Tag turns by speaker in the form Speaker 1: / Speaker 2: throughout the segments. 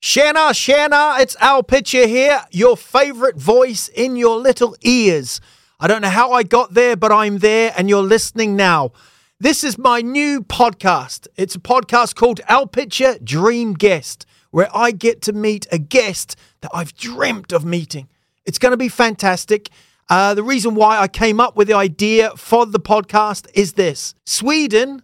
Speaker 1: Shanna, Shanna, it's Al Pitcher here, your favorite voice in your little ears. I don't know how I got there, but I'm there and you're listening now. This is my new podcast. It's a podcast called Al Pitcher Dream Guest, where I get to meet a guest that I've dreamt of meeting. It's going to be fantastic. Uh, the reason why I came up with the idea for the podcast is this Sweden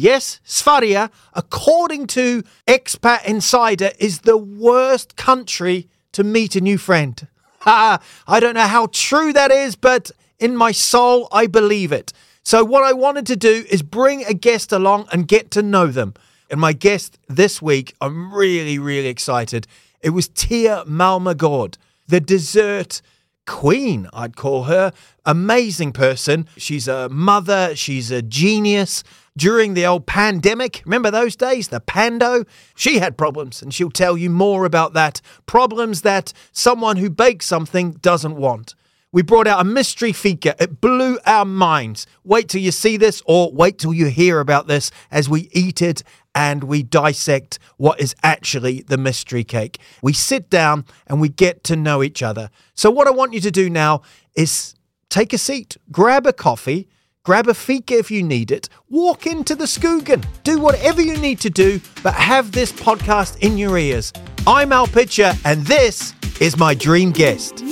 Speaker 1: Yes, Sverige, according to Expat Insider, is the worst country to meet a new friend. Ah, I don't know how true that is, but in my soul, I believe it. So, what I wanted to do is bring a guest along and get to know them. And my guest this week, I'm really, really excited. It was Tia Malmagord, the dessert queen, I'd call her. Amazing person. She's a mother, she's a genius. During the old pandemic, remember those days, the pando? She had problems, and she'll tell you more about that. Problems that someone who bakes something doesn't want. We brought out a mystery fika. It blew our minds. Wait till you see this, or wait till you hear about this as we eat it and we dissect what is actually the mystery cake. We sit down and we get to know each other. So, what I want you to do now is take a seat, grab a coffee, grab a fika if you need it, walk into the Skogan, do whatever you need to do, but have this podcast in your ears. I'm Al Pitcher, and this is my dream guest.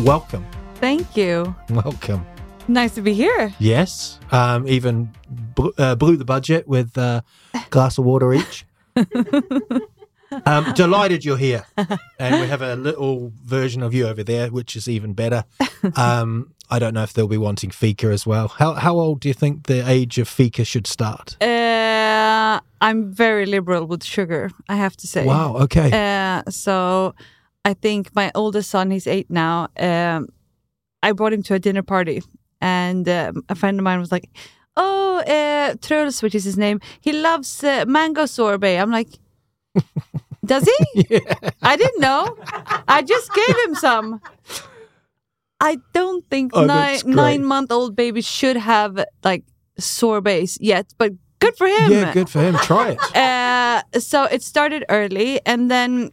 Speaker 1: Welcome.
Speaker 2: Thank you.
Speaker 1: Welcome.
Speaker 2: Nice to be here.
Speaker 1: Yes. Um, even bl- uh, blew the budget with uh, a glass of water each. um, delighted you're here. And we have a little version of you over there, which is even better. Um, I don't know if they'll be wanting Fika as well. How, how old do you think the age of Fika should start?
Speaker 2: Uh, I'm very liberal with sugar, I have to say.
Speaker 1: Wow. Okay.
Speaker 2: Uh, so I think my oldest son, he's eight now. Um, I brought him to a dinner party, and um, a friend of mine was like, "Oh, uh, Truls, which is his name, he loves uh, mango sorbet." I'm like, "Does he? I didn't know. I just gave him some." I don't think
Speaker 1: Oh,
Speaker 2: nine
Speaker 1: that's great.
Speaker 2: nine month old babies should have like sorbets yet, but good for him
Speaker 1: yeah. Good for him. Try it.
Speaker 2: uh, so it started early and then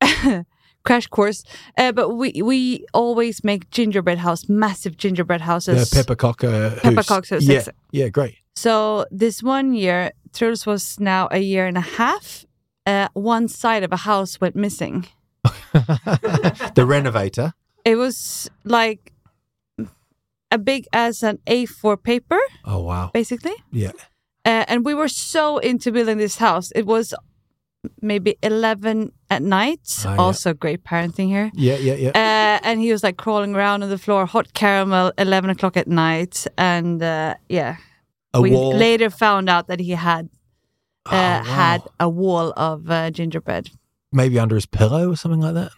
Speaker 2: crash course uh, but we we always make gingerbread house massive gingerbread
Speaker 1: The
Speaker 2: houses
Speaker 1: peppercock. Uh, hoose.
Speaker 2: peppercock hoose,
Speaker 1: Yeah.
Speaker 2: exa-
Speaker 1: Yeah. Great.
Speaker 2: so this one year Truls was now a year and a half uh, one side of a house went missing
Speaker 1: The renovator.
Speaker 2: it was like a big as an a4 paper
Speaker 1: Oh, wow.
Speaker 2: basically
Speaker 1: Yeah.
Speaker 2: uh, and we were so into building this house. It was maybe eleven at night.
Speaker 1: Ah, yeah.
Speaker 2: also, great parenting here.
Speaker 1: Yeah. Yeah. Yeah.
Speaker 2: Uh, and he was like crawling around on the floor, hot caramel, eleven o'clock at night, and uh, yeah.
Speaker 1: A
Speaker 2: we
Speaker 1: wall.
Speaker 2: later found out that he had uh,
Speaker 1: Oh, wow.
Speaker 2: had a wall of uh, gingerbread.
Speaker 1: Maybe under his pillow or something like that.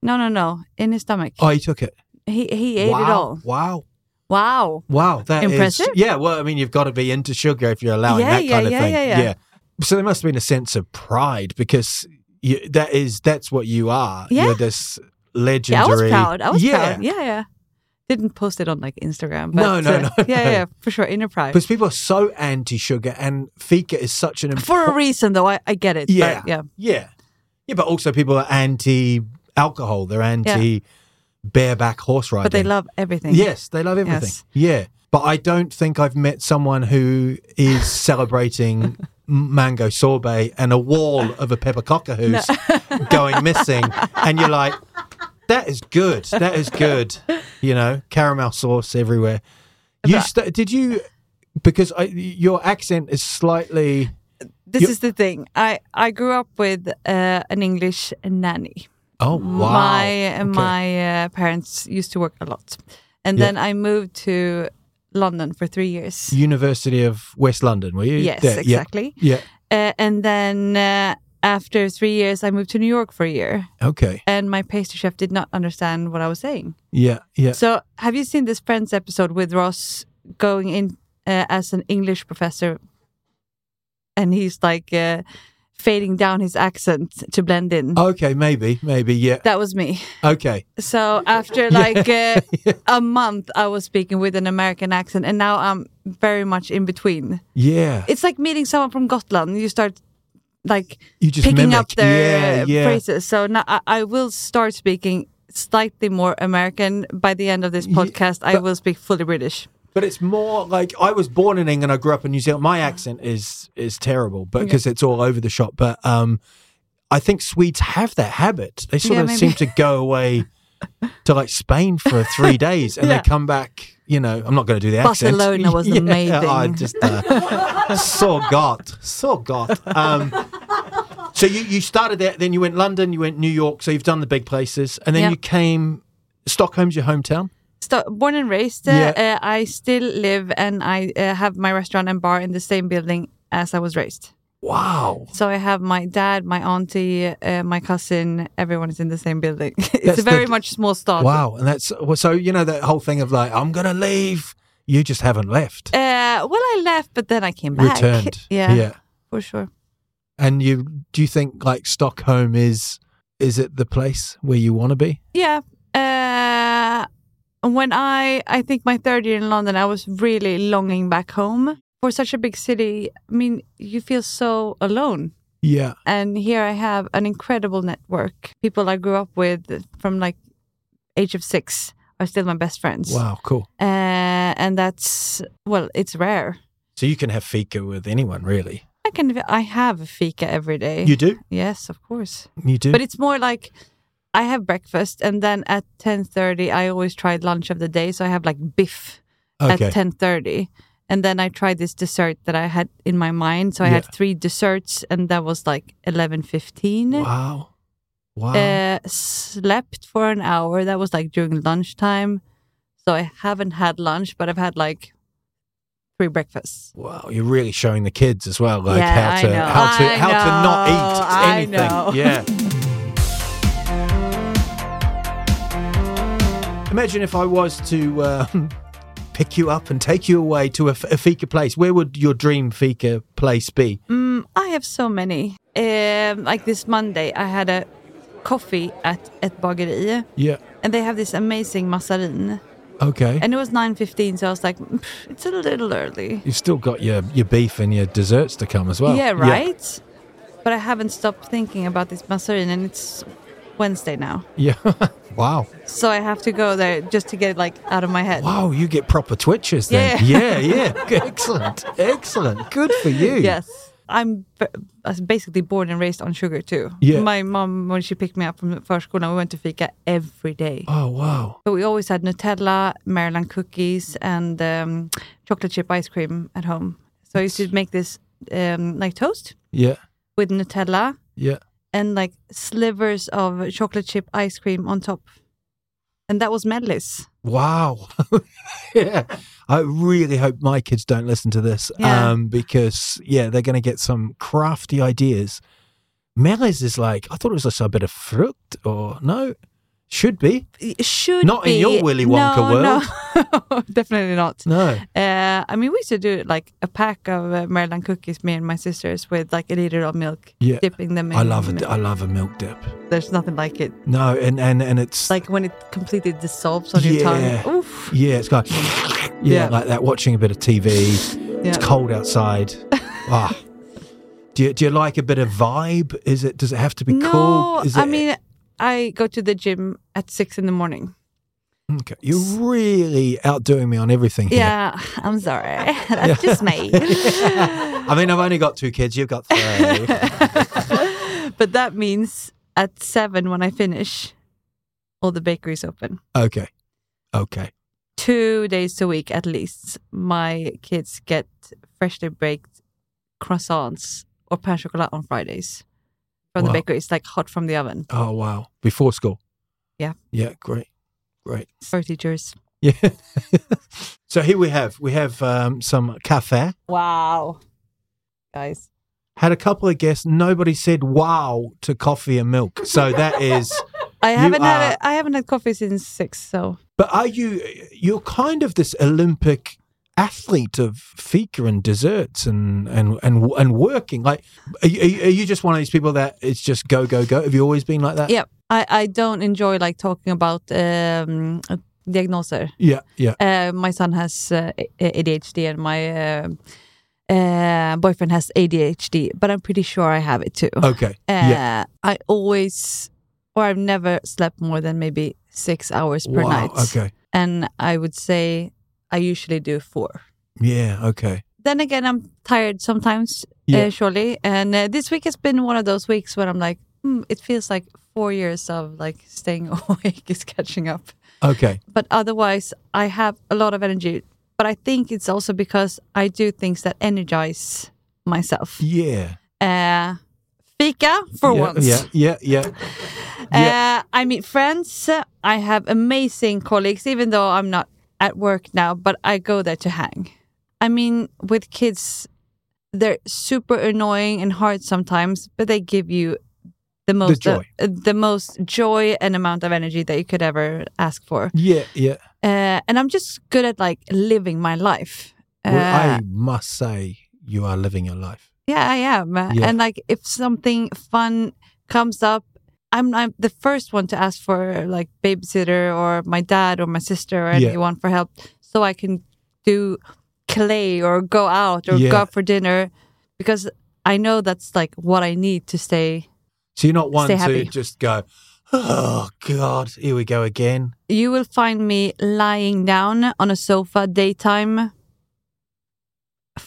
Speaker 2: No, no, no, in his stomach.
Speaker 1: Oh, he took it.
Speaker 2: He he ate
Speaker 1: wow.
Speaker 2: it all.
Speaker 1: Wow.
Speaker 2: Wow.
Speaker 1: Wow. That is-
Speaker 2: Impressive.
Speaker 1: yeah. Well, I mean, you've got to be into sugar if you're allowing
Speaker 2: Yeah,
Speaker 1: that
Speaker 2: yeah,
Speaker 1: kind of
Speaker 2: yeah,
Speaker 1: thing.
Speaker 2: yeah, yeah.
Speaker 1: So there must have been a sense of pride because you, that is that's what you are.
Speaker 2: Yeah.
Speaker 1: You're this
Speaker 2: Yeah, I
Speaker 1: legendary.
Speaker 2: was proud. I was
Speaker 1: yeah.
Speaker 2: proud. Yeah, yeah. Didn't post it on like Instagram. But,
Speaker 1: No, no,
Speaker 2: uh,
Speaker 1: no,
Speaker 2: yeah,
Speaker 1: no.
Speaker 2: yeah, for sure. Inner pride.
Speaker 1: Because people are so anti-sugar, and fika is such an
Speaker 2: for a
Speaker 1: impor-
Speaker 2: reason though i, I get it
Speaker 1: Yeah.
Speaker 2: but yeah
Speaker 1: yeah, yeah. But also people are anti-alcohol. They're anti bareback horse riding.
Speaker 2: but they love everything
Speaker 1: Yes, they love everything.
Speaker 2: Yes.
Speaker 1: Yeah. But I don't think I've met someone who is celebrating m- mango sorbet and a wall of a peppercockahoos going missing. And you're like, that is good. That is good. You know, caramel sauce everywhere. You st- did you, because I, your accent is slightly,
Speaker 2: this
Speaker 1: You-
Speaker 2: is the thing i i grew up with uh, an english nanny
Speaker 1: oh, wow.
Speaker 2: my
Speaker 1: Okay.
Speaker 2: my uh, parents used to work a lot and
Speaker 1: Yeah.
Speaker 2: then i moved to london for three years
Speaker 1: University of West London, were you?
Speaker 2: yes
Speaker 1: There, yeah.
Speaker 2: exactly
Speaker 1: Yeah.
Speaker 2: uh, and then uh, after three years i moved to new york for a year
Speaker 1: Okay.
Speaker 2: and my pastry chef did not understand what i was saying
Speaker 1: Yeah. Yeah.
Speaker 2: So, have you seen this Friends episode with Ross going in uh, as an English professor, and he's like, uh, fading down his accent to blend in.
Speaker 1: Okay, maybe, maybe, yeah.
Speaker 2: That was me.
Speaker 1: Okay.
Speaker 2: So after like uh, a month, I was speaking with an American accent, and now I'm very much in between.
Speaker 1: Yeah.
Speaker 2: It's like meeting someone from Gotland. You start like
Speaker 1: You just
Speaker 2: picking
Speaker 1: mimic.
Speaker 2: up their uh,
Speaker 1: yeah, yeah.
Speaker 2: phrases. So now I, I will start speaking slightly more American by the end of this podcast. I will speak fully British.
Speaker 1: But it's more like I was born in England. I grew up in New Zealand. My accent is is terrible, but because it's all over the shop. But um, I think Swedes have that habit. They sort
Speaker 2: Yeah,
Speaker 1: of
Speaker 2: maybe.
Speaker 1: seem to go away to like Spain for three days, and
Speaker 2: Yeah.
Speaker 1: they come back. You know, I'm not going to do the
Speaker 2: Barcelona
Speaker 1: accent.
Speaker 2: was
Speaker 1: Yeah, I
Speaker 2: amazing.
Speaker 1: just uh, so God, so God. Um, so you you started there, then you went London, you went New York. So you've done the big places, and then
Speaker 2: Yeah.
Speaker 1: you came. Stockholm's your hometown.
Speaker 2: Sto- born and raised there. Uh, I still live and I uh, have my restaurant and bar in the same building as I was raised.
Speaker 1: Wow.
Speaker 2: So I have my dad, my auntie, uh, my cousin. Everyone is in the same building. it's
Speaker 1: That's
Speaker 2: a very
Speaker 1: the-
Speaker 2: much small start.
Speaker 1: Wow, and that's well, so you know that whole thing of like I'm gonna leave. You just haven't left.
Speaker 2: Uh, well, I left, but then I came back.
Speaker 1: Returned.
Speaker 2: Yeah,
Speaker 1: yeah.
Speaker 2: for sure.
Speaker 1: And you do you think like Stockholm is is it the place where you want to be?
Speaker 2: Yeah. Uh, when I, I think my third year in London, I was really longing back home. For such a big city, I mean, you feel so alone.
Speaker 1: Yeah.
Speaker 2: and here I have an incredible network. People I grew up with from like age of six are still my best friends.
Speaker 1: Wow. Cool.
Speaker 2: Uh, and that's well, it's rare.
Speaker 1: So you can have fika with anyone, really.
Speaker 2: I can I have a fika every day.
Speaker 1: You do.
Speaker 2: yes, of course.
Speaker 1: You do.
Speaker 2: But it's more like I have breakfast, and then at ten thirty, I always try lunch of the day. So I have like biff
Speaker 1: okay.
Speaker 2: at ten thirty. And then I tried this dessert that I had in my mind. So I had three desserts, and that was like eleven fifteen.
Speaker 1: wow. Wow.
Speaker 2: uh, slept for an hour. That was like during lunchtime. So I haven't had lunch, but I've had like three breakfasts.
Speaker 1: wow. You're really showing the kids as well, like
Speaker 2: Yeah, I
Speaker 1: how to
Speaker 2: know.
Speaker 1: how to
Speaker 2: I
Speaker 1: how to not
Speaker 2: know. I
Speaker 1: eat anything.
Speaker 2: know.
Speaker 1: Yeah. Imagine if I was to um, pick you up and take you away to a, f- a fika place. Where would your dream fika place be?
Speaker 2: Mm, I have so many. Um, like this Monday, I had a coffee at ett bageri,
Speaker 1: Yeah.
Speaker 2: and they have this amazing massarin.
Speaker 1: Okay.
Speaker 2: And it was 9.15, so I was like, "Pff, it's a little early.
Speaker 1: You've still got your, your beef and your desserts to come as well.
Speaker 2: yeah, right? But I haven't stopped thinking about this massarin, and it's Wednesday now.
Speaker 1: Yeah. wow.
Speaker 2: So I have to go there just to get it like out of my head.
Speaker 1: Wow, you get proper twitches then. Yeah, yeah. Excellent. Excellent. Good for you.
Speaker 2: Yes. I'm b- I was basically born and raised on sugar too.
Speaker 1: Yeah.
Speaker 2: My mom, when she picked me up from förskolan, we went to fika every day.
Speaker 1: Oh, wow.
Speaker 2: But we always had Nutella, Maryland cookies, and um, chocolate chip ice cream at home. So I used to make this um, like toast
Speaker 1: Yeah.
Speaker 2: with Nutella
Speaker 1: Yeah.
Speaker 2: and like slivers of chocolate chip ice cream on top. And that was Medlis.
Speaker 1: Wow. yeah. I really hope my kids don't listen to this
Speaker 2: Yeah.
Speaker 1: um, because, yeah, they're going to get some crafty ideas. Melis is like, I thought it was just a bit of fruit or no, should be.
Speaker 2: It should
Speaker 1: Not in
Speaker 2: be-
Speaker 1: your Willy Wonka
Speaker 2: no,
Speaker 1: world.
Speaker 2: No, definitely not.
Speaker 1: No.
Speaker 2: Uh, I mean, we used to do like a pack of uh, Maryland cookies, me and my sisters, with like a liter of milk,
Speaker 1: Yeah.
Speaker 2: dipping them in.
Speaker 1: I love it. I love a milk dip.
Speaker 2: There's nothing like it.
Speaker 1: No, and and and it's
Speaker 2: Like when it completely dissolves on your
Speaker 1: Yeah.
Speaker 2: tongue. Oof.
Speaker 1: yeah, it's like yeah,
Speaker 2: Yeah.
Speaker 1: like that. Watching a bit of TV.
Speaker 2: Yeah.
Speaker 1: It's cold outside. ah. Do you, do you like a bit of vibe? Is it does it have to be
Speaker 2: no,
Speaker 1: cool? Is
Speaker 2: I
Speaker 1: it-
Speaker 2: mean, I go to the gym at six in the morning.
Speaker 1: Okay. You're really outdoing me on everything here.
Speaker 2: Yeah, I'm sorry. That's just me.
Speaker 1: I mean, I've only got two kids. You've got three.
Speaker 2: but that means at seven when I finish, all the bakeries open.
Speaker 1: okay. Okay.
Speaker 2: two days a week at least, my kids get freshly baked croissants or pain au chocolat on Fridays from the
Speaker 1: Wow.
Speaker 2: bakery. It's like hot from the oven.
Speaker 1: Oh wow. Before school.
Speaker 2: Yeah.
Speaker 1: Yeah. Great. Great.
Speaker 2: Sorry, teachers.
Speaker 1: Yeah. so here we have we have um, some cafe.
Speaker 2: Wow. Guys.
Speaker 1: Had a couple of guests. Nobody said wow to coffee and milk. So that is.
Speaker 2: I
Speaker 1: You
Speaker 2: haven't
Speaker 1: are-
Speaker 2: had a, I haven't had coffee since six, so
Speaker 1: But are you? You're kind of this Olympic athlete of fika and desserts and and and and working. Like, are you, are you- are you just one of these people that it's just go go go? Have you always been like that?
Speaker 2: Yeah, I, I don't enjoy like talking about um, diagnoser.
Speaker 1: yeah, yeah.
Speaker 2: Uh, my son has uh, A- ADHD and my uh, uh, boyfriend has ADHD, but I'm pretty sure I have it too.
Speaker 1: Okay.
Speaker 2: Uh,
Speaker 1: yeah.
Speaker 2: I always, or I've never slept more than maybe six hours per
Speaker 1: wow.
Speaker 2: night.
Speaker 1: Okay.
Speaker 2: And I would say I usually do four.
Speaker 1: Yeah. Okay.
Speaker 2: Then again, I'm tired sometimes,
Speaker 1: Yeah.
Speaker 2: uh, surely. And uh, this week has been one of those weeks when I'm like, hmm, it feels like four years of like staying awake is catching up.
Speaker 1: Okay.
Speaker 2: But otherwise, I have a lot of energy. But I think it's also because I do things that energize myself.
Speaker 1: Yeah.
Speaker 2: Uh, fika for
Speaker 1: yeah,
Speaker 2: once.
Speaker 1: Yeah. Yeah. Yeah. Yeah.
Speaker 2: Uh, I meet friends. I have amazing colleagues, even though I'm not at work now, but I go there to hang. I mean, with kids, they're super annoying and hard sometimes, but they give you the most
Speaker 1: joy.
Speaker 2: uh, the most joy and amount of energy that you could ever ask for.
Speaker 1: Yeah. Yeah.
Speaker 2: Uh, and I'm just good at like living my life. Uh,
Speaker 1: Well, I must say, you are living your life.
Speaker 2: yeah, I am.
Speaker 1: Yeah.
Speaker 2: And like, if something fun comes up, I'm, I'm the first one to ask for like babysitter or my dad or my sister or
Speaker 1: Yeah.
Speaker 2: anyone for help, so I can do clay or go out or
Speaker 1: Yeah.
Speaker 2: go out for dinner, because I know that's like what I need to stay.
Speaker 1: So you're not one
Speaker 2: Stay
Speaker 1: to
Speaker 2: happy.
Speaker 1: just go, oh God, here we go again.
Speaker 2: You will find me lying down on a sofa daytime,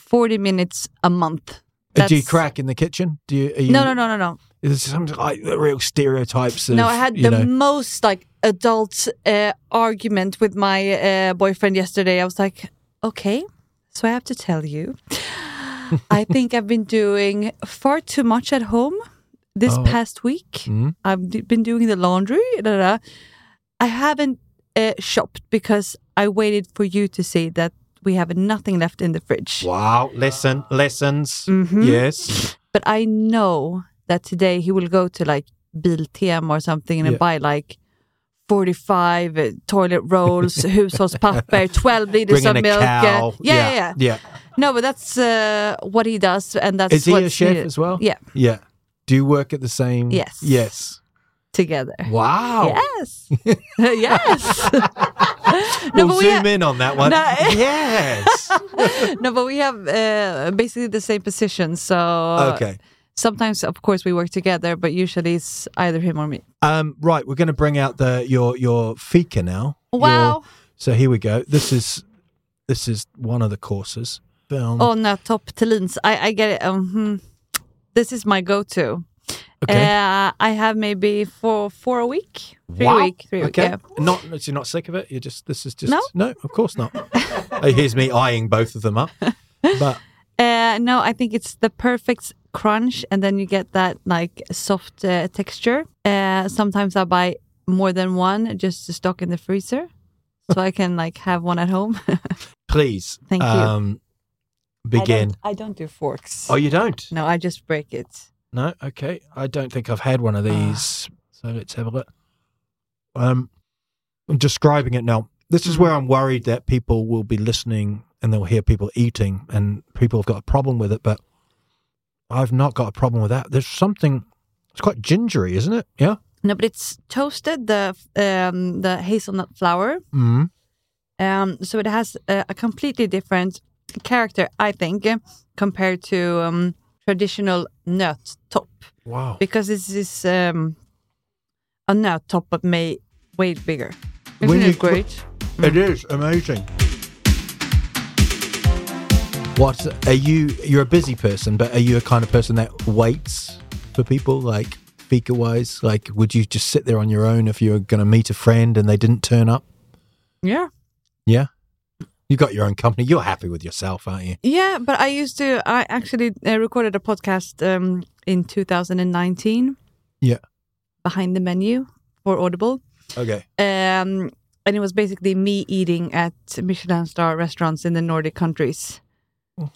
Speaker 2: forty minutes a month.
Speaker 1: Uh, Do you
Speaker 2: That's-
Speaker 1: crack in the kitchen? Do you? Are you
Speaker 2: No, no, no, no, no.
Speaker 1: There's some like the real stereotypes of.
Speaker 2: No, I had
Speaker 1: you
Speaker 2: the
Speaker 1: know,
Speaker 2: most like adult uh, argument with my uh, boyfriend yesterday. I was like, okay, so I have to tell you, I think I've been doing far too much at home this
Speaker 1: Oh.
Speaker 2: past week.
Speaker 1: Mm.
Speaker 2: I've d- been doing the laundry. Da, da. I haven't uh, shopped because I waited for you to see that we have nothing left in the fridge.
Speaker 1: Wow. Lesson. Lessons.
Speaker 2: Mhm.
Speaker 1: Yes.
Speaker 2: But I know that today he will go to like Biltema or something and
Speaker 1: Yeah.
Speaker 2: buy like 45 uh, toilet rolls, hushållspapper, 12 liters
Speaker 1: Bringing
Speaker 2: of
Speaker 1: a
Speaker 2: milk. uh,
Speaker 1: cow.
Speaker 2: yeah, yeah, yeah.
Speaker 1: Yeah.
Speaker 2: No, but that's uh, what he does. And that's
Speaker 1: Is he a
Speaker 2: what's
Speaker 1: chef
Speaker 2: needed
Speaker 1: as well?
Speaker 2: Yeah,
Speaker 1: Yeah. Do you work at the same?
Speaker 2: Yes.
Speaker 1: Yes.
Speaker 2: together.
Speaker 1: Wow.
Speaker 2: Yes. yes.
Speaker 1: We'll
Speaker 2: but we
Speaker 1: zoom
Speaker 2: ha-
Speaker 1: in on that one.
Speaker 2: No.
Speaker 1: yes.
Speaker 2: no, but we have uh, basically the same position. So
Speaker 1: Okay.
Speaker 2: sometimes, of course, we work together, but usually it's either him or me.
Speaker 1: Um, right, we're going to bring out the your your fika now. Your-
Speaker 2: Wow.
Speaker 1: so here we go. This is this is one of the courses. Film.
Speaker 2: Oh no, top Thelins. I, I get it. Um, hmm. This is my go-to.
Speaker 1: okay.
Speaker 2: Uh, I have maybe for for a week, three
Speaker 1: Wow.
Speaker 2: week, three week.
Speaker 1: okay.
Speaker 2: Yeah.
Speaker 1: Not you're not sick of it. You're just this is just
Speaker 2: No.
Speaker 1: of course not. Uh, Here's me eyeing both of them up. But
Speaker 2: Uh, no, I think it's the perfect crunch, and then you get that like soft uh, texture. Uh, sometimes I buy more than one just to stock in the freezer, so I can like have one at home.
Speaker 1: please,
Speaker 2: Thank you.
Speaker 1: um, Begin.
Speaker 2: I don't, I don't do forks.
Speaker 1: Oh, you don't?
Speaker 2: No, I just break it.
Speaker 1: No. Okay. I don't think I've had one
Speaker 2: Ah.
Speaker 1: of these. So let's have a look. Um, I'm describing it now. This is
Speaker 2: Mm-hmm.
Speaker 1: where I'm worried that people will be listening and they'll hear people eating and people have got a problem with it, but I've not got a problem with that. There's something, it's quite gingery, isn't it? Yeah.
Speaker 2: No, but it's toasted the um, the hazelnut flour.
Speaker 1: Mm.
Speaker 2: Um, so it has a, a completely different character, I think, compared to um, traditional nut top
Speaker 1: Wow.
Speaker 2: because this is um, a nut top but made way bigger. Isn't
Speaker 1: When you
Speaker 2: it
Speaker 1: put-
Speaker 2: great?
Speaker 1: It is amazing. What are you? You're a busy person, but are you a kind of person that waits for people, like speaker wise? Like, would you just sit there on your own if you were going to meet a friend and they didn't turn up?
Speaker 2: yeah.
Speaker 1: Yeah, you got your own company. You're happy with yourself, aren't you?
Speaker 2: Yeah, but I used to. I actually uh, recorded a podcast um, in 2019.
Speaker 1: Yeah.
Speaker 2: Behind the menu for Audible.
Speaker 1: Okay.
Speaker 2: um, and it was basically me eating at Michelin star restaurants in the Nordic countries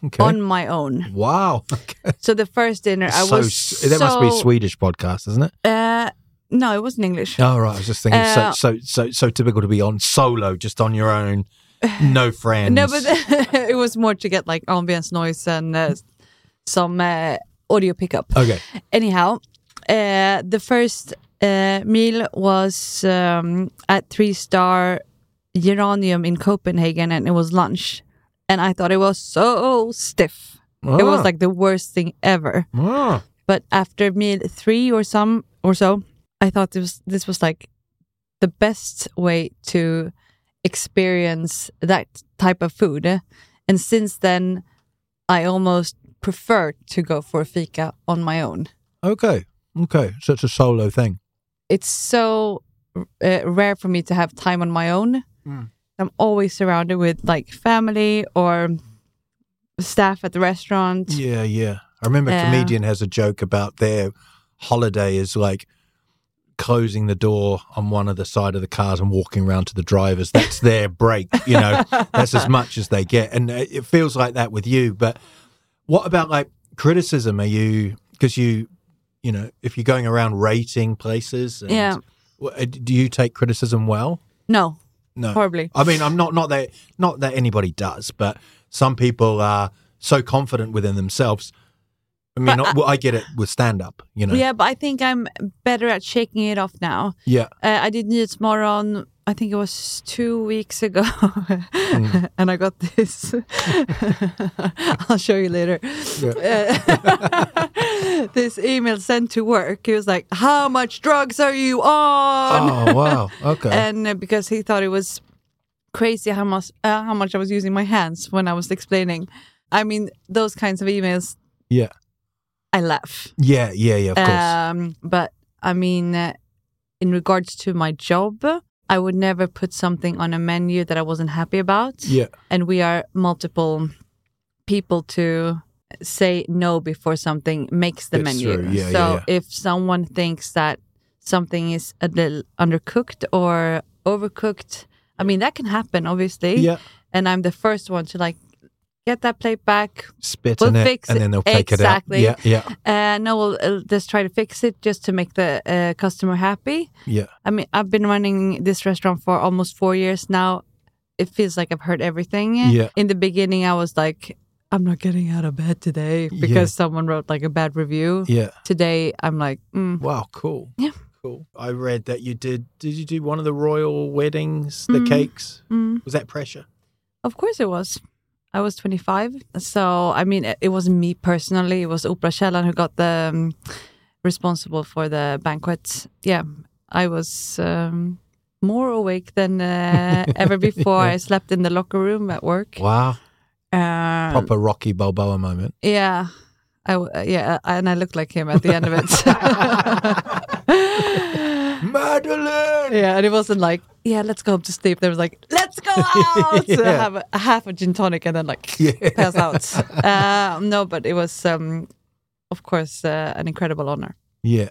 Speaker 1: Okay.
Speaker 2: on my own.
Speaker 1: wow. Okay.
Speaker 2: So the first dinner I
Speaker 1: so
Speaker 2: was
Speaker 1: s- that must be a
Speaker 2: so-
Speaker 1: Swedish podcast, isn't it?
Speaker 2: Uh, no, it wasn't English.
Speaker 1: Oh right, I was just thinking so
Speaker 2: Uh,
Speaker 1: so so so typical to be on solo, just on your own. No friends.
Speaker 2: No, but it was more to get like ambience noise and uh, some uh, audio pickup.
Speaker 1: okay.
Speaker 2: Anyhow, uh, the first uh, meal was um, at three star Geranium in Copenhagen, and it was lunch. And I thought it was so stiff. It was like the worst thing ever.
Speaker 1: Ah.
Speaker 2: But after meal three or some or so, I thought this was, this was like the best way to experience that type of food. And since then, I almost prefer to go for fika on my own.
Speaker 1: okay. Okay. So it's a solo thing.
Speaker 2: It's so uh, rare for me to have time on my own.
Speaker 1: Mm.
Speaker 2: I'm always surrounded with like family or staff at the restaurant.
Speaker 1: Yeah, yeah. I remember a
Speaker 2: Yeah.
Speaker 1: comedian has a joke about their holiday is like closing the door on one of the side of the cars and walking around to the drivers. That's their break, you know. That's as much as they get, and it it feels like that with you. But what about like criticism? Are you because you, you know, if you're going around rating places, and,
Speaker 2: Yeah.
Speaker 1: w- uh, do you take criticism well?
Speaker 2: No,
Speaker 1: No,
Speaker 2: horribly.
Speaker 1: I mean, I'm not not that not that anybody does, but some people are so confident within themselves. I mean, not, well, I get it with stand up, you know.
Speaker 2: uh, Yeah, but I think I'm better at shaking it off now.
Speaker 1: Yeah.
Speaker 2: Uh, I did Nyhetsmorgon, I think it was two weeks ago,
Speaker 1: Mm.
Speaker 2: and I got this. I'll show you later. Uh, this email sent to work. He was like, "How much drugs are you on?"
Speaker 1: Oh wow. Okay.
Speaker 2: And uh, because he thought it was crazy how much uh, how much I was using my hands when I was explaining. I mean, those kinds of emails,
Speaker 1: yeah.
Speaker 2: I laugh.
Speaker 1: Yeah. Yeah. Yeah. Of course.
Speaker 2: Um, but I mean, uh, in regards to my job, I would never put something on a menu that I wasn't happy about.
Speaker 1: yeah.
Speaker 2: And we are multiple people to say no before something makes the
Speaker 1: That's
Speaker 2: menu.
Speaker 1: true. Yeah, yeah,
Speaker 2: so
Speaker 1: yeah.
Speaker 2: if someone thinks that something is a little undercooked or overcooked, I mean, that can happen, obviously.
Speaker 1: Yeah.
Speaker 2: And I'm the first one to like, get that plate back,
Speaker 1: Spit
Speaker 2: We'll
Speaker 1: in it,
Speaker 2: fix
Speaker 1: and
Speaker 2: it.
Speaker 1: then they'll take
Speaker 2: Exactly.
Speaker 1: it out. Yeah. Yeah.
Speaker 2: uh, no, we'll uh, just try to fix it just to make the uh, customer happy.
Speaker 1: Yeah.
Speaker 2: I mean, I've been running this restaurant for almost four years now. It feels like I've heard everything.
Speaker 1: Yeah.
Speaker 2: In the beginning, I was like, I'm not getting out of bed today
Speaker 1: Yeah.
Speaker 2: because someone wrote like a bad review.
Speaker 1: Yeah.
Speaker 2: Today, I'm like, mm,
Speaker 1: Wow. Cool.
Speaker 2: Yeah.
Speaker 1: Cool. I read that you did. Did you do one of the royal weddings? The
Speaker 2: Mm.
Speaker 1: cakes.
Speaker 2: mm.
Speaker 1: Was that pressure?
Speaker 2: of course it was. I was 25. So, I mean, it, it wasn't me personally. It was Oprah Källan who got the um, responsible for the banquet. Yeah. I was um, more awake than uh, ever before. I slept in the locker room at work.
Speaker 1: Wow.
Speaker 2: Um,
Speaker 1: Proper Rocky Balboa moment.
Speaker 2: Yeah. I w- uh, yeah, I- and I looked like him at the end of it.
Speaker 1: Madeline.
Speaker 2: yeah, and it wasn't like, yeah, let's go home to sleep. There was like, let's go out,
Speaker 1: Yeah.
Speaker 2: have a, half a gin tonic, and then like
Speaker 1: Yeah.
Speaker 2: pass out. um, no, but it was, um, of course, uh, an incredible honor.
Speaker 1: Yeah.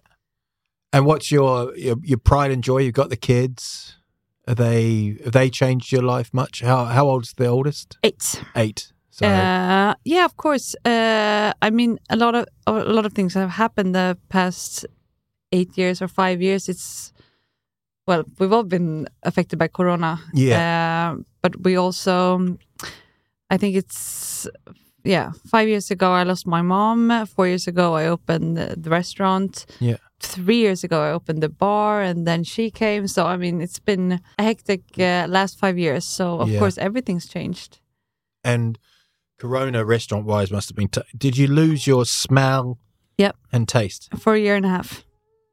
Speaker 1: And what's your your, your pride and joy? You've got the kids. Are they have they changed your life much? How how old's the oldest?
Speaker 2: Eight.
Speaker 1: Eight. So
Speaker 2: Uh, yeah, of course. Uh, I mean, a lot of a lot of things have happened the past eight years or five years. It's well, we've all been affected by Corona.
Speaker 1: yeah,
Speaker 2: Uh, but we also, I think it's, yeah, five years ago I lost my mom. Four years ago I opened the the restaurant.
Speaker 1: Yeah.
Speaker 2: Three years ago I opened the bar and then she came. So, I mean, it's been a hectic uh, last five years. So, of
Speaker 1: Yeah.
Speaker 2: course, everything's changed.
Speaker 1: and Corona restaurant wise must have been. T- Did you lose your smell?
Speaker 2: Yep.
Speaker 1: And taste.
Speaker 2: For a year and a half.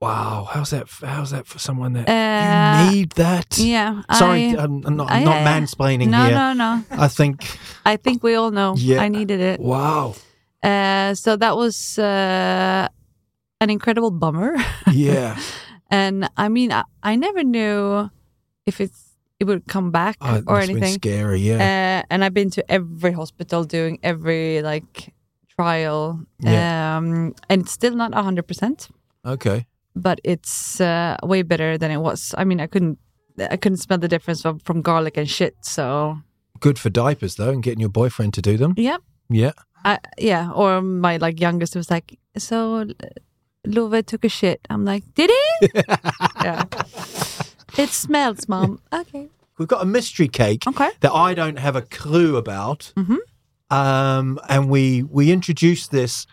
Speaker 1: Wow. How's that? f- How's that for someone that
Speaker 2: Uh,
Speaker 1: you need that?
Speaker 2: Yeah.
Speaker 1: Sorry,
Speaker 2: I,
Speaker 1: I, am not,
Speaker 2: I-
Speaker 1: I'm not
Speaker 2: yeah, yeah.
Speaker 1: mansplaining
Speaker 2: no,
Speaker 1: here.
Speaker 2: no, no.
Speaker 1: I think.
Speaker 2: I think we all know.
Speaker 1: Yeah.
Speaker 2: I needed it.
Speaker 1: Wow.
Speaker 2: Uh, so, that was uh, an incredible bummer.
Speaker 1: Yeah.
Speaker 2: And I mean, I, I never knew if it's it would come back
Speaker 1: Oh, it
Speaker 2: or
Speaker 1: must have been
Speaker 2: anything.
Speaker 1: scary. Yeah.
Speaker 2: Uh, and I've been to every hospital doing every like trial, um, and it's still not hundred percent,
Speaker 1: okay.
Speaker 2: but it's uh, way better than it was. I mean, I couldn't I couldn't smell the difference from, from garlic and shit. So
Speaker 1: Good for diapers though, and getting your boyfriend to do them.
Speaker 2: yeah,
Speaker 1: Yeah.
Speaker 2: I, yeah. Or my like youngest was like, so uh, Love took a shit. I'm like, did he? yeah. It smells, mom. Okay.
Speaker 1: We've got a mystery cake
Speaker 2: Okay. Mm-hmm.
Speaker 1: that I don't have a clue about. Um, and we we introduced this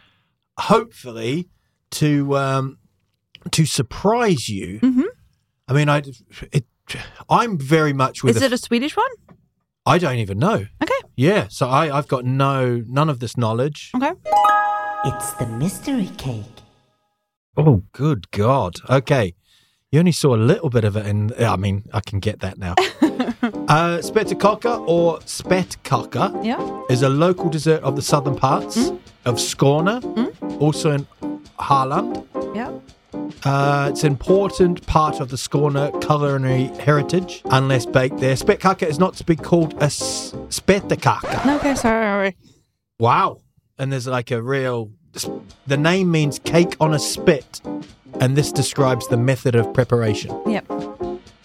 Speaker 1: hopefully to um, to surprise you.
Speaker 2: Mm-hmm.
Speaker 1: I mean, I it, I'm very much with.
Speaker 2: Is
Speaker 1: the-
Speaker 2: it a Swedish one?
Speaker 1: I don't even know.
Speaker 2: Okay.
Speaker 1: Yeah, so I I've got no none of this knowledge.
Speaker 2: Okay.
Speaker 3: It's the mystery cake.
Speaker 1: Oh, good God. Okay. You only saw a little bit of it, and I mean, I can get that now. uh, Spettekokke or Spetkokke
Speaker 2: Yeah.
Speaker 1: is a local dessert of the southern parts of Skåne, also in Haaland.
Speaker 2: Yeah.
Speaker 1: Uh, it's an important part of the Skåne culinary heritage, unless baked there. Spetkaka is not to be called a s- Spettekaka.
Speaker 2: No, okay, sorry.
Speaker 1: Wow. And there's like a real. The name means cake on a spit, and this describes the method of preparation.
Speaker 2: Yep.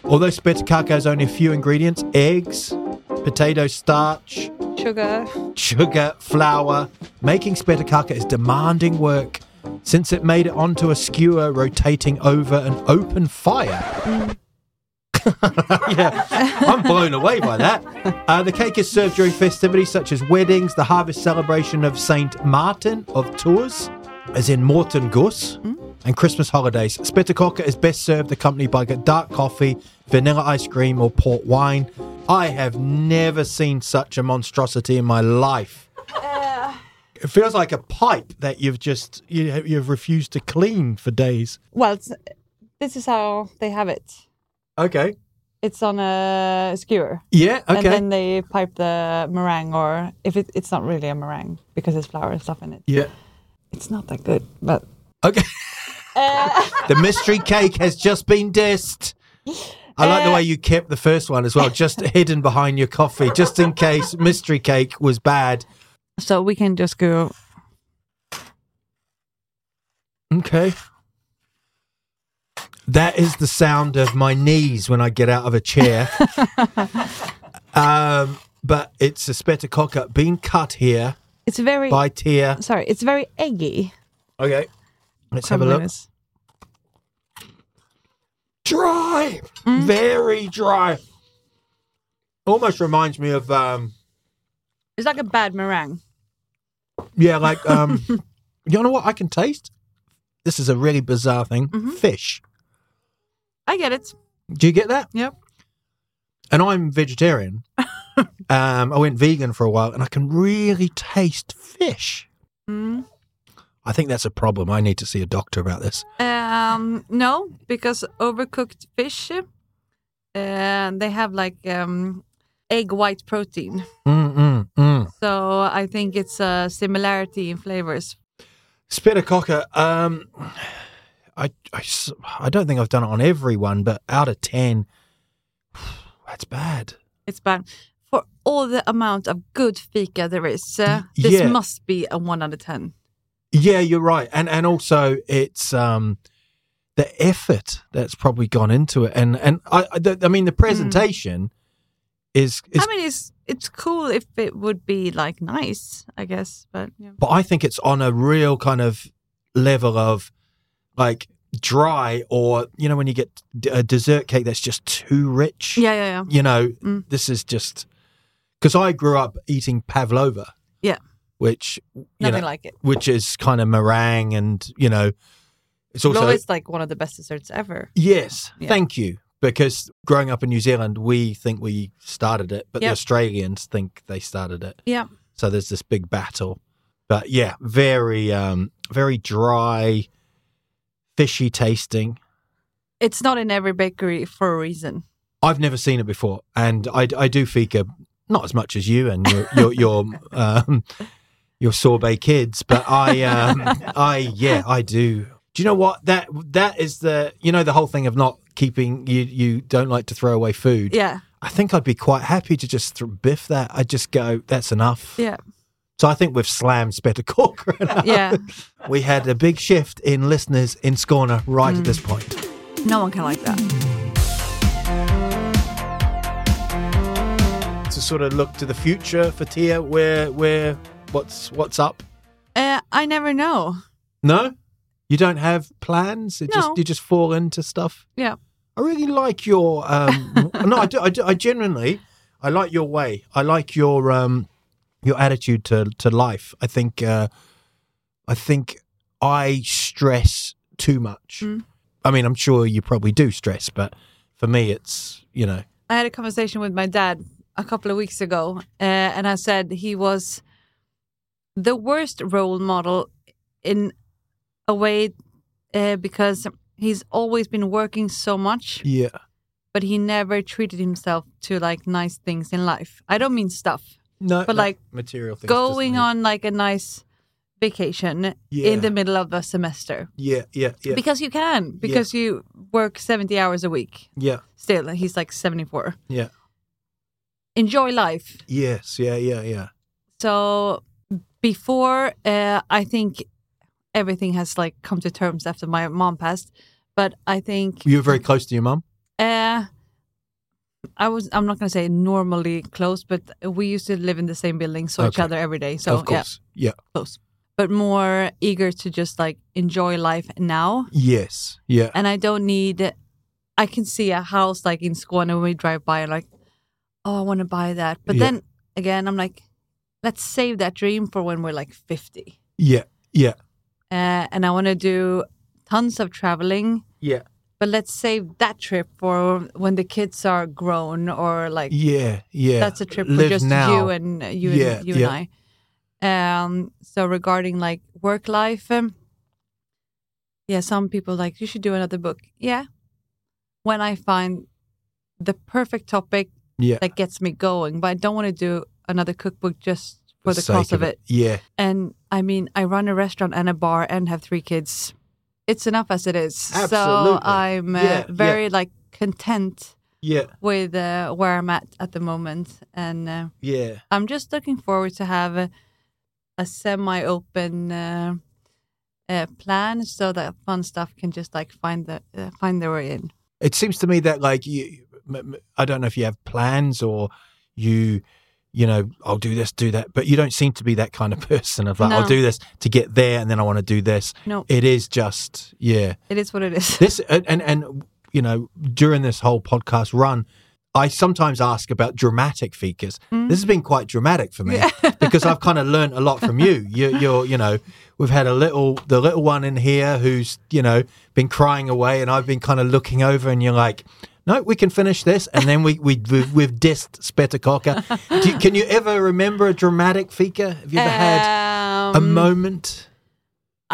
Speaker 1: Although spittakaka has only a few ingredients eggs, potato starch,
Speaker 2: Sugar.
Speaker 1: sugar, flour, making spittakaka is demanding work since it made it onto a skewer rotating over an open fire. yeah, I'm blown away by that. Uh, the cake is served during festivities such as weddings, the harvest celebration of Saint Martin of Tours, as in Morten Gus, and Christmas holidays. Spittakaka is best served accompanied by dark coffee, vanilla ice cream, or port wine. I have never seen such a monstrosity in my life. It feels like a pipe that you've just you, you've refused to clean for days.
Speaker 2: Well, it's, this is how they have it.
Speaker 1: Okay.
Speaker 2: It's on a skewer.
Speaker 1: Yeah. Okay.
Speaker 2: And then they pipe the meringue, or if it, it's not really a meringue because there's flour and stuff in it.
Speaker 1: yeah.
Speaker 2: It's not that good, but uh,
Speaker 1: Okay. the mystery cake has just been dissed. I like the way you kept the first one as well, just hidden behind your coffee, just in case mystery cake was bad.
Speaker 2: so we can just go.
Speaker 1: Okay. That is the sound of my knees when I get out of a chair. um, but it's a spettercocker being cut here
Speaker 2: It's very
Speaker 1: by tier.
Speaker 2: sorry. It's very eggy.
Speaker 1: Okay. Let's have a look.
Speaker 2: crumbliness.
Speaker 1: dry, very dry. Almost reminds me of um,
Speaker 2: It's like a bad meringue.
Speaker 1: yeah, like um, you know what I can taste. This is a really bizarre thing. Fish.
Speaker 2: I get it.
Speaker 1: Do you get that?
Speaker 2: Yep.
Speaker 1: And I'm vegetarian. um, I went vegan for a while, and I can really taste fish.
Speaker 2: Mm.
Speaker 1: I think that's a problem. I need to see a doctor about this.
Speaker 2: Um, no, because overcooked fish, uh, they have like um, egg white protein.
Speaker 1: Mm mm mm.
Speaker 2: So I think it's a similarity in flavors.
Speaker 1: Spittercocker. Um, I, I s- I don't think I've done it on everyone, but out of ten, that's bad.
Speaker 2: It's bad. For all the amount of good fika there is, uh, this
Speaker 1: yeah.
Speaker 2: must be a 1 out of 10.
Speaker 1: Yeah, you're right, and and also it's um the effort that's probably gone into it, and and I I, the- I mean the presentation is is,
Speaker 2: Hmm. I mean, it's it's cool if it would be like nice, I guess, but yeah.
Speaker 1: but I think it's on a real kind of level of like dry or you know when you get d- a dessert cake that's just too rich.
Speaker 2: Yeah, yeah, yeah.
Speaker 1: you know,
Speaker 2: Mm.
Speaker 1: this is just because I grew up eating pavlova.
Speaker 2: Yeah.
Speaker 1: Which you
Speaker 2: Nothing
Speaker 1: know,
Speaker 2: like it.
Speaker 1: which is kind of meringue and you know, it's also
Speaker 2: It's always like one of the best desserts ever.
Speaker 1: yes,
Speaker 2: Yeah.
Speaker 1: thank you. Because growing up in New Zealand, we think we started it, but
Speaker 2: Yeah.
Speaker 1: the Australians think they started it.
Speaker 2: Yeah.
Speaker 1: So there's this big battle. But yeah, very um very dry, fishy tasting.
Speaker 2: It's not in every bakery for a reason.
Speaker 1: I've never seen it before, and I, I do fika not as much as you and your your your, um, your sorbet kids, but I um, I yeah I do. Do you know what that that is the you know the whole thing of not keeping you you don't like to throw away food.
Speaker 2: Yeah,
Speaker 1: I think I'd be quite happy to just th- biff that. I just go that's enough.
Speaker 2: yeah,
Speaker 1: So I think we've slammed Spetter Corcoran. out.
Speaker 2: yeah.
Speaker 1: We had a big shift in listeners in Scorner right at this
Speaker 2: Mm.
Speaker 1: point.
Speaker 2: no one can like that.
Speaker 1: To sort of look to the future for Tia, where where what's what's up.
Speaker 2: Uh, I never know.
Speaker 1: No, you don't have plans. It
Speaker 2: No.
Speaker 1: just you just fall into stuff.
Speaker 2: Yeah.
Speaker 1: I really like your. Um, no, I do, I do. I genuinely, I like your way. I like your um, your attitude to to life. I think. Uh, I think I stress too much.
Speaker 2: Mm.
Speaker 1: I mean, I'm sure you probably do stress, but for me, it's you know.
Speaker 2: I had a conversation with my dad a couple of weeks ago, uh, and I said he was the worst role model in a way uh, because he's always been working so much,
Speaker 1: Yeah.
Speaker 2: but he never treated himself to like nice things in life. I don't mean stuff.
Speaker 1: No.
Speaker 2: But,
Speaker 1: no,
Speaker 2: like,
Speaker 1: material things doesn't
Speaker 2: Going
Speaker 1: mean-
Speaker 2: on like a nice vacation
Speaker 1: Yeah.
Speaker 2: in the middle of a semester
Speaker 1: Yeah. Yeah. Yeah.
Speaker 2: because you can because you work 70 hours a week
Speaker 1: yeah.
Speaker 2: still and he's like 74
Speaker 1: Yeah.
Speaker 2: enjoy life
Speaker 1: Yes. Yeah. Yeah. Yeah.
Speaker 2: So before, uh, I think everything has like come to terms after my mom passed. But I think
Speaker 1: You were very close to your mum.
Speaker 2: uh, I was. I'm not gonna say normally close, but we used to live in the same building, saw each
Speaker 1: Okay.
Speaker 2: other every day. So
Speaker 1: of
Speaker 2: yeah,
Speaker 1: course. Yeah.
Speaker 2: close. But more eager to just like enjoy life now,
Speaker 1: Yes. Yeah.
Speaker 2: and I don't need. I can see a house like in Skåne when we drive by, like, oh, I want to buy that. But
Speaker 1: Yeah.
Speaker 2: then again, I'm like, let's save that dream for when we're like 50.
Speaker 1: Yeah. Yeah.
Speaker 2: uh, and I want to do tons of traveling.
Speaker 1: Yeah.
Speaker 2: But let's save that trip for when the kids are grown, or like
Speaker 1: Yeah. Yeah.
Speaker 2: that's a trip for
Speaker 1: Live
Speaker 2: just
Speaker 1: now.
Speaker 2: you and uh, you
Speaker 1: Yeah,
Speaker 2: and you
Speaker 1: yeah.
Speaker 2: and I. Um. So regarding like work life, um, yeah, some people like you should do another book. Yeah, when I find the perfect topic
Speaker 1: Yeah.
Speaker 2: that gets me going, but I don't want to do another cookbook just for the
Speaker 1: sake
Speaker 2: cost of it.
Speaker 1: Yeah.
Speaker 2: And I mean, I run a restaurant and a bar and have three kids. It's enough as it is.
Speaker 1: Absolutely.
Speaker 2: So I'm uh,
Speaker 1: Yeah,
Speaker 2: very like content
Speaker 1: Yeah.
Speaker 2: with uh, where I'm at at the moment, and uh,
Speaker 1: Yeah.
Speaker 2: I'm just looking forward to have a, a semi-open uh, uh, plan so that fun stuff can just like find the uh, find their way in.
Speaker 1: It seems to me that like you, m- m- I don't know if you have plans or you, you know, I'll do this, do that, but you don't seem to be that kind of person of like I'll
Speaker 2: No.
Speaker 1: do this to get there and then I want to do this.
Speaker 2: No,
Speaker 1: It is just yeah.
Speaker 2: it is what it is.
Speaker 1: This and and, and you know during this whole podcast run. I sometimes ask about dramatic figures.
Speaker 2: Mm.
Speaker 1: This has been quite dramatic for me because I've kind of learned a lot from you. you. You're, you know, we've had a little, the little one in here who's, you know, been crying away, and I've been kind of looking over, and you're like, no, we can finish this, and then we we we've, we've dissed Spettercocker. Do you, can you ever remember a dramatic figure? Have you ever had a
Speaker 2: Um,
Speaker 1: moment?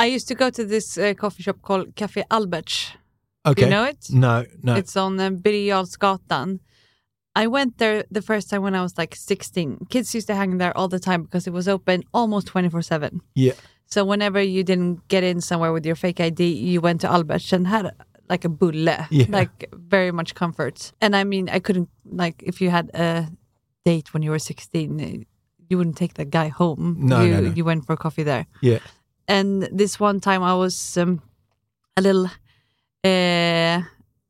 Speaker 2: I used to go to this uh, coffee shop called Café Albert.
Speaker 1: Okay,
Speaker 2: Do you know it?
Speaker 1: no, no,
Speaker 2: It's on uh, Birger Jarlsgatan. I went there the first time when I was like 16. Kids used to hang there all the time because it was open almost 24 7.
Speaker 1: yeah,
Speaker 2: So whenever you didn't get in somewhere with your fake ID, you went to Alberts and had like a bulle,
Speaker 1: Yeah.
Speaker 2: like very much comfort. And I mean, I couldn't, like, if you had a date when you were 16, eh, you wouldn't take that guy home.
Speaker 1: No,
Speaker 2: you,
Speaker 1: no, no.
Speaker 2: you went for coffee there
Speaker 1: yeah,
Speaker 2: and this one time I was um, a little uh,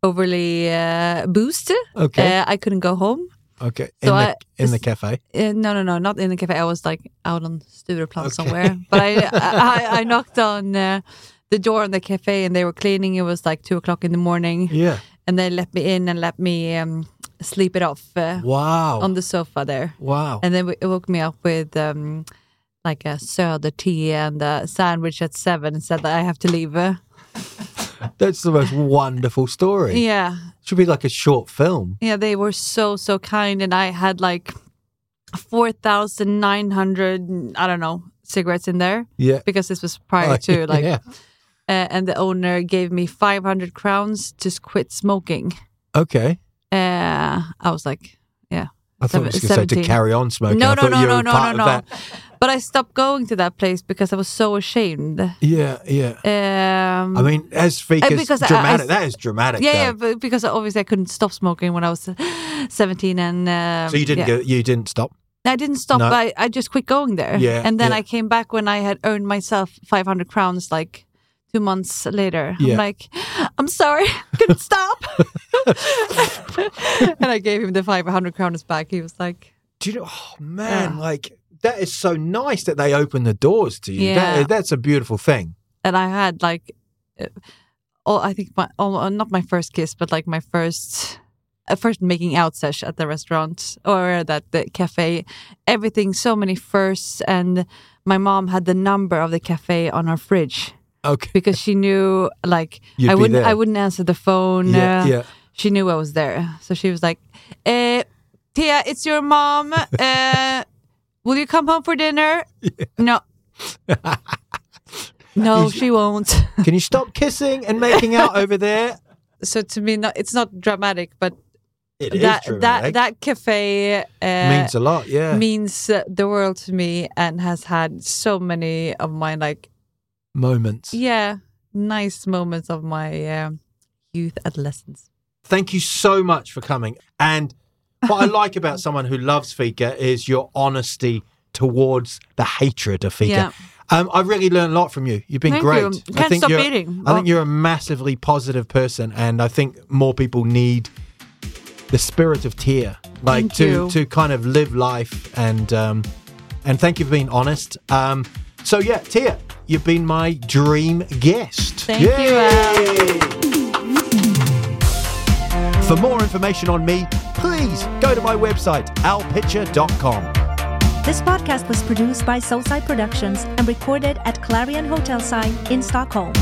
Speaker 2: overly uh, boosted.
Speaker 1: okay,
Speaker 2: Uh, I couldn't go home.
Speaker 1: okay.
Speaker 2: so
Speaker 1: in the
Speaker 2: I-
Speaker 1: in the cafe,
Speaker 2: Uh, no, no, no, not in the cafe. I was like out on Stureplan
Speaker 1: Okay.
Speaker 2: somewhere. But I, I, I knocked on uh, the door on the cafe, and they were cleaning. It was like two o'clock in the morning,
Speaker 1: yeah.
Speaker 2: and they let me in and let me um, sleep it off uh,
Speaker 1: Wow,
Speaker 2: on the sofa there.
Speaker 1: wow.
Speaker 2: And then we- it woke me up with um, like a soda tea and a sandwich at seven, and said that I have to leave. Uh,
Speaker 1: That's the most wonderful story.
Speaker 2: Yeah,
Speaker 1: Should be like a short film.
Speaker 2: yeah, they were so so kind, and I had like four thousand nine hundred, I don't know, cigarettes in there
Speaker 1: Yeah.
Speaker 2: because this was prior to like,
Speaker 1: Oh, yeah.
Speaker 2: uh, and the owner gave me five hundred crowns to s- quit smoking.
Speaker 1: Okay.
Speaker 2: Uh, I was like, yeah,
Speaker 1: I thought you was going to say to
Speaker 2: 17.
Speaker 1: carry on smoking.
Speaker 2: no,
Speaker 1: I
Speaker 2: no,
Speaker 1: thought
Speaker 2: no,
Speaker 1: you
Speaker 2: no,
Speaker 1: were
Speaker 2: no, no,
Speaker 1: part of
Speaker 2: no.
Speaker 1: that.
Speaker 2: But I stopped going to that place because I was so ashamed. Um,
Speaker 1: Yeah, yeah. I mean, as
Speaker 2: Uh,
Speaker 1: figures,
Speaker 2: because I- I
Speaker 1: dramatic.
Speaker 2: s-
Speaker 1: that is dramatic.
Speaker 2: yeah, yeah,
Speaker 1: though.
Speaker 2: but because obviously I couldn't stop smoking when I was seventeen, and um,
Speaker 1: So you didn't
Speaker 2: yeah.
Speaker 1: go, you didn't stop.
Speaker 2: I didn't stop.
Speaker 1: No.
Speaker 2: I, I just quit going there.
Speaker 1: Yeah,
Speaker 2: And then
Speaker 1: yeah.
Speaker 2: I came back when I had earned myself 500 crowns like two months later.
Speaker 1: Yeah.
Speaker 2: I'm like, I'm sorry, couldn't stop. and I gave him the 500 crowns back. He was like,
Speaker 1: Do you know? Oh man,
Speaker 2: Yeah.
Speaker 1: like that is so nice that they open the doors to you.
Speaker 2: Yeah.
Speaker 1: That, that's a beautiful thing.
Speaker 2: and I had like uh, all I think my all, uh, not my first kiss, but like my first uh, first making out sesh at the restaurant or that the cafe. Everything, so many firsts, and my mom had the number of the cafe on her fridge
Speaker 1: Okay.
Speaker 2: because she knew like
Speaker 1: You'd
Speaker 2: I
Speaker 1: be
Speaker 2: wouldn't
Speaker 1: there.
Speaker 2: I wouldn't answer the phone.
Speaker 1: Yeah,
Speaker 2: uh,
Speaker 1: yeah.
Speaker 2: She knew I was there, so she was like, eh, "Tia, it's your mom. Uh, will you come home for dinner?" No. no, she won't.
Speaker 1: Can you stop kissing and making out over there?
Speaker 2: so to me, no, it's not dramatic, but
Speaker 1: It is
Speaker 2: that that
Speaker 1: dramatic.
Speaker 2: that cafe uh,
Speaker 1: means a lot. Yeah.
Speaker 2: means, uh, the world to me, and has had so many of my like
Speaker 1: Moments.
Speaker 2: yeah nice moments of my um youth adolescence.
Speaker 1: Thank you so much for coming. And what I like about someone who loves Fika is your honesty towards the hatred of Fika.
Speaker 2: Yeah.
Speaker 1: Um, I really learned a lot from you. You've been
Speaker 2: Thank
Speaker 1: great.
Speaker 2: you.
Speaker 1: I
Speaker 2: Can't
Speaker 1: think
Speaker 2: stop
Speaker 1: you're,
Speaker 2: eating.
Speaker 1: I think
Speaker 2: Oh.
Speaker 1: you're a massively positive person, and I think more people need the spirit of tear, like
Speaker 2: Thank
Speaker 1: to
Speaker 2: you.
Speaker 1: to kind of live life. And um, and thank you for being honest. Um, so yeah, Tia, you've been my dream guest.
Speaker 2: Thank you, Al.
Speaker 1: For more information on me, please go to my website, alpitcher.com.
Speaker 4: This podcast was produced by Soulside Productions and recorded at Clarion Hotel Sign in Stockholm.